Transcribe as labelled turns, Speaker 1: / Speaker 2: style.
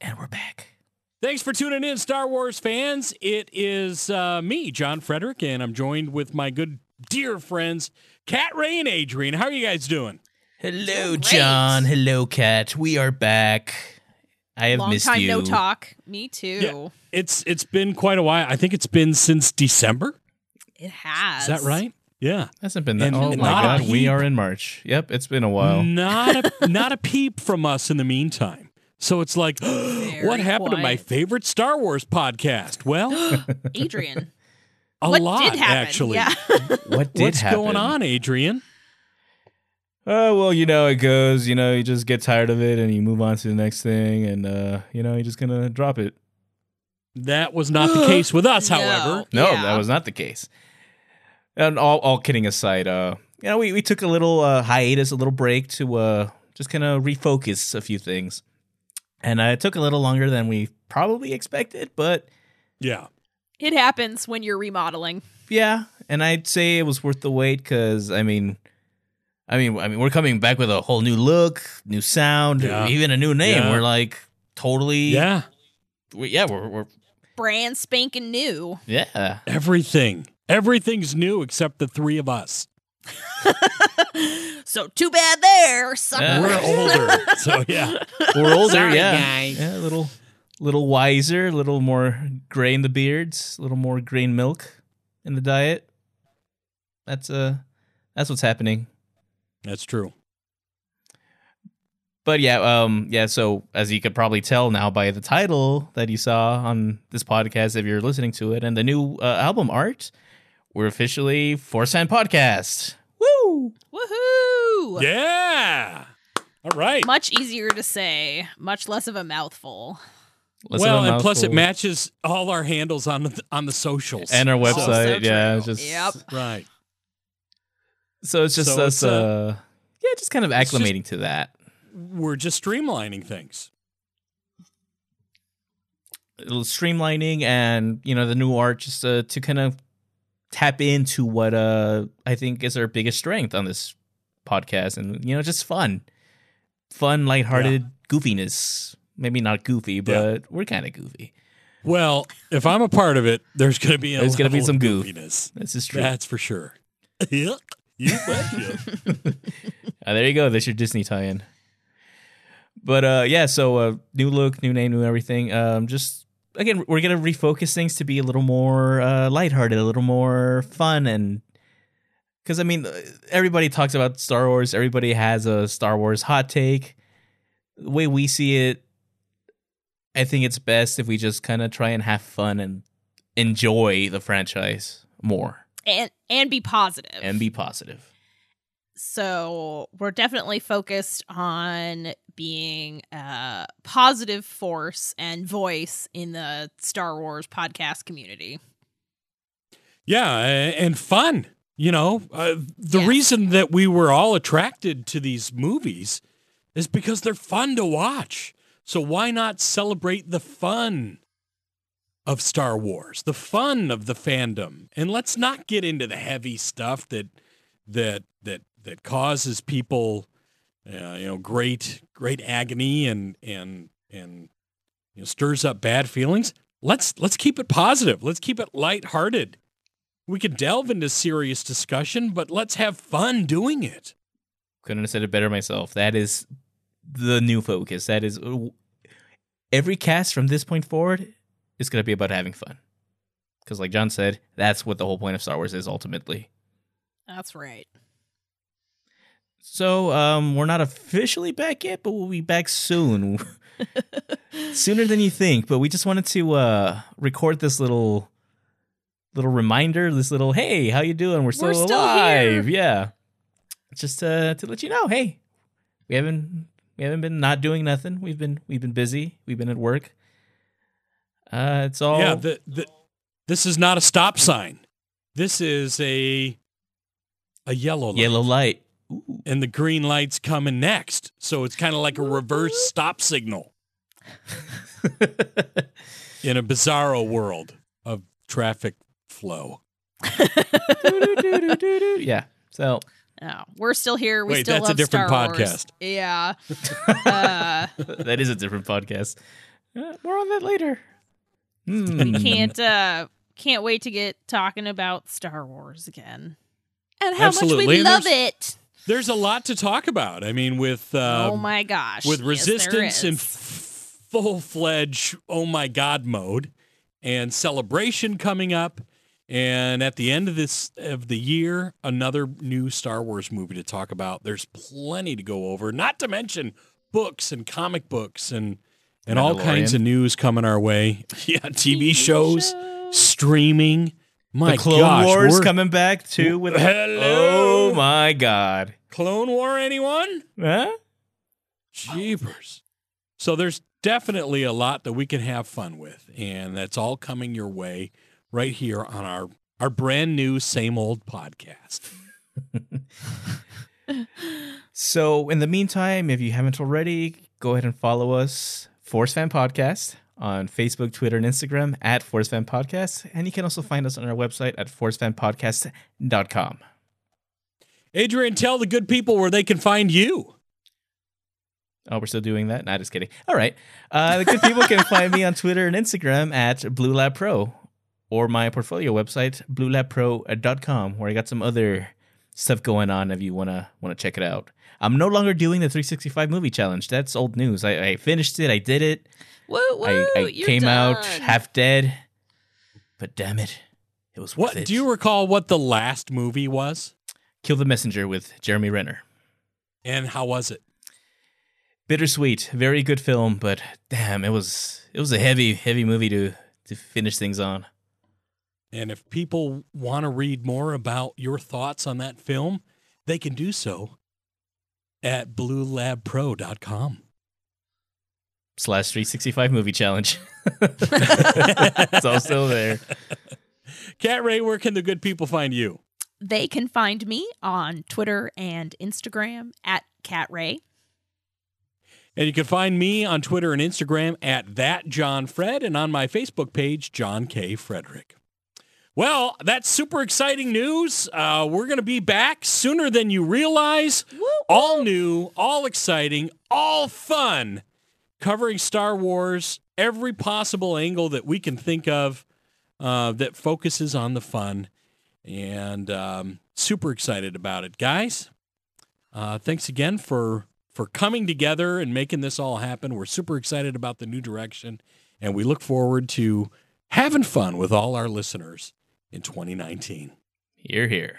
Speaker 1: And we're back.
Speaker 2: Thanks for tuning in, Star Wars fans. It is uh, me, John Frederick, and I'm joined with my good dear friends, Kat Ray and Adrian. How are you guys doing?
Speaker 1: Hello,
Speaker 3: Great.
Speaker 1: John. Hello, Kat. We are back. I have
Speaker 3: Long
Speaker 1: missed
Speaker 3: time
Speaker 1: you.
Speaker 3: no talk. Me too.
Speaker 2: Yeah. It's it's been quite a while. I think it's been since December.
Speaker 3: It has.
Speaker 2: Is that right? Yeah.
Speaker 4: Hasn't been that.
Speaker 2: And
Speaker 4: Oh my
Speaker 2: not a
Speaker 4: god, we
Speaker 2: peep.
Speaker 4: are in March. Yep, it's been a while.
Speaker 1: Mm,
Speaker 2: Not a, not a peep from us in the meantime. So it's like, what happened to my
Speaker 3: quiet.
Speaker 2: favorite Star Wars podcast? Well,
Speaker 3: Adrian?
Speaker 2: a
Speaker 3: what
Speaker 2: lot
Speaker 3: did happen?
Speaker 2: actually.
Speaker 3: Yeah.
Speaker 4: What did
Speaker 2: What's
Speaker 4: happen?
Speaker 2: going on, Adrian?
Speaker 4: Oh well, you know it goes. You know, you just get tired of it and you move on to the next thing, and uh, you know you're just gonna drop it.
Speaker 2: That was not the case with us,
Speaker 3: No.
Speaker 2: however.
Speaker 4: No,
Speaker 3: Yeah.
Speaker 4: that was not the case. And all, all kidding aside, uh, you know, we, we took a little uh, hiatus, a little break to uh, just kind of refocus a few things. And uh, it took a little longer than we probably expected, but
Speaker 2: Yeah.
Speaker 3: It happens when you're remodeling.
Speaker 4: yeah. And I'd say it was worth the wait because I mean, I mean, I mean, we're coming back with a whole new look, new sound,
Speaker 2: Yeah.
Speaker 4: even a new name.
Speaker 2: Yeah.
Speaker 4: We're like totally,
Speaker 2: Yeah.
Speaker 4: we, yeah, we're, we're
Speaker 3: Brand spanking new.
Speaker 4: yeah.
Speaker 2: Everything. Everything's new except the three of us.
Speaker 3: so too bad there. Sucker.
Speaker 4: Yeah.
Speaker 2: We're older. So yeah.
Speaker 4: We're older, yeah.
Speaker 1: guys.
Speaker 4: Yeah, a little little wiser, a little more gray in the beards, a little more green milk in the diet. That's uh that's what's happening.
Speaker 2: That's true.
Speaker 4: But yeah, um yeah, so as you could probably tell now by the title that you saw on this podcast if you're listening to it and the new uh, album art, we're officially Force and Podcast. Woo!
Speaker 3: Woohoo!
Speaker 2: Yeah. All right.
Speaker 3: Much easier to say. Much less of a mouthful.
Speaker 4: Less
Speaker 2: well,
Speaker 4: of a
Speaker 2: and plus it
Speaker 4: mouthful.
Speaker 2: matches all our handles on the on the socials.
Speaker 4: and our
Speaker 2: So-
Speaker 4: website, yeah,
Speaker 3: true.
Speaker 4: it's just
Speaker 3: Yep.
Speaker 2: right.
Speaker 4: so it's just
Speaker 2: So
Speaker 4: us
Speaker 2: it's, uh,
Speaker 4: uh yeah, just kind of
Speaker 2: it's just-
Speaker 4: acclimating to that.
Speaker 2: We're just streamlining things.
Speaker 4: little streamlining and you know the new art just uh, to kind of tap into what uh I think is our biggest strength on this podcast and you know just fun fun lighthearted goofiness maybe not goofy but we're kind of goofy
Speaker 2: Well, if I'm a part of it, there's going to be a
Speaker 4: There's gonna be
Speaker 2: level
Speaker 4: some
Speaker 2: of
Speaker 4: goof.
Speaker 2: goofiness.
Speaker 4: this is true
Speaker 2: That's for sure. Yeah. You betcha.
Speaker 4: Uh, there you go that's your Disney tie-in but uh yeah so uh new look new name new everything um just again we're gonna refocus things to be a little more uh lighthearted a little more fun and because i mean uh, everybody talks about star wars everybody has a star wars hot take the way we see it i think it's best if we just kind of try and have fun and enjoy the franchise more
Speaker 3: And and be positive.
Speaker 4: and be positive
Speaker 3: so we're definitely focused on being a positive force and voice in the Star Wars podcast community.
Speaker 2: Yeah, a- and fun. You know, uh, the
Speaker 3: Yeah.
Speaker 2: reason that we were all attracted to these movies is because they're fun to watch. So why not celebrate the fun of Star Wars, the fun of the fandom, and let's not get into the heavy stuff that that that that causes people, uh, you know, great great agony and and and you know, stirs up bad feelings. Let's let's keep it positive. Let's keep it lighthearted. We could delve into serious discussion, but let's have fun doing it.
Speaker 4: couldn't have said it better myself. That is the new focus. That is every cast from this point forward is going to be about having fun. Because, like John said, that's what the whole point of Star Wars is ultimately.
Speaker 3: That's right.
Speaker 4: So, um, we're not officially back yet, but we'll be back soon. Sooner than you think, but we just wanted to uh, record this little little reminder, this little hey, how you doing? We're still
Speaker 3: We're still
Speaker 4: alive. yeah. Just uh, to let you know, hey, we haven't we haven't been not doing nothing. We've been we've been busy. We've been at work. Uh, it's all
Speaker 2: Yeah, the, the, this is not a stop sign. This is a a yellow light.
Speaker 4: yellow light. Ooh.
Speaker 2: And the green light's coming next. So it's kind of like a reverse stop signal in a bizarro world of traffic flow.
Speaker 4: Doo-doo-doo-doo-doo-doo. yeah. So
Speaker 3: Oh, we're still here. We
Speaker 2: Wait,
Speaker 3: still
Speaker 2: that's a
Speaker 3: love
Speaker 2: different
Speaker 3: Star
Speaker 2: podcast.
Speaker 3: Wars. Yeah. Uh,
Speaker 4: that is a different podcast. Uh, more on that later.
Speaker 3: We
Speaker 4: Hmm.
Speaker 3: can't uh can't wait to get talking about Star Wars again. And how much
Speaker 2: Absolutely,
Speaker 3: we
Speaker 2: and
Speaker 3: love it.
Speaker 2: There's a lot to talk about. I mean, with uh,
Speaker 3: oh my gosh.
Speaker 2: with
Speaker 3: Yes, there
Speaker 2: resistance in
Speaker 3: is.
Speaker 2: f- full fledged oh my god mode and celebration coming up and at the end of this of the year another new star wars movie to talk about there's plenty to go over not to mention books and comic books and and all
Speaker 4: Mandalorian.
Speaker 2: kinds of news coming our way yeah tv shows streaming my
Speaker 4: the Clone
Speaker 2: gosh,
Speaker 4: Wars
Speaker 2: we're-
Speaker 4: coming back too with
Speaker 2: Hello?
Speaker 4: Oh my god.
Speaker 2: clone war anyone
Speaker 4: Huh?
Speaker 2: Jeepers. So there's definitely a lot that we can have fun with, and that's all coming your way right here on our our brand new same old podcast.
Speaker 4: So, in the meantime, if you haven't already, go ahead and follow us, Force Fan Podcast, on Facebook, Twitter, and Instagram at Force Fan Podcast. And you can also find us on our website at forcefanpodcast.com.
Speaker 2: Adrian, tell the good people where they can find you.
Speaker 4: Oh, we're still doing that? Nah, just kidding. All right. Uh, the good people can find me on Twitter and Instagram at Blue Lab Pro or my portfolio website, bluelabpro.com, where I got some other stuff going on if you want to want to check it out. I'm no longer doing the 365 movie challenge. That's old news. I, I finished it. I did it.
Speaker 3: Woo, woo,
Speaker 4: I, I
Speaker 3: you're
Speaker 4: came out
Speaker 3: done.
Speaker 4: half dead, but damn it, it was worth
Speaker 2: What
Speaker 4: it.
Speaker 2: do you recall what the last movie was?
Speaker 4: Kill the Messenger with Jeremy Renner.
Speaker 2: And how was it?
Speaker 4: Bittersweet, very good film, but damn, it was it was a heavy heavy movie to to finish things on.
Speaker 2: And if people want to read more about your thoughts on that film, they can do so at bluelabpro.com.
Speaker 4: Slash 365 movie challenge. it's all still there.
Speaker 2: Cat Ray, where can the good people find you?
Speaker 3: They can find me on Twitter and Instagram at Cat Ray.
Speaker 2: And you can find me on Twitter and Instagram at that John Fred and on my Facebook page, John K. Frederick. Well, that's super exciting news. Uh, we're going to be back sooner than you realize. All new, all exciting, all fun, covering Star Wars, every possible angle that we can think of uh, that focuses on the fun. And um, super excited about it, guys. Uh, thanks again for for coming together and making this all happen. We're super excited about the new direction, and we look forward to having fun with all our listeners in 2019.
Speaker 4: You're here.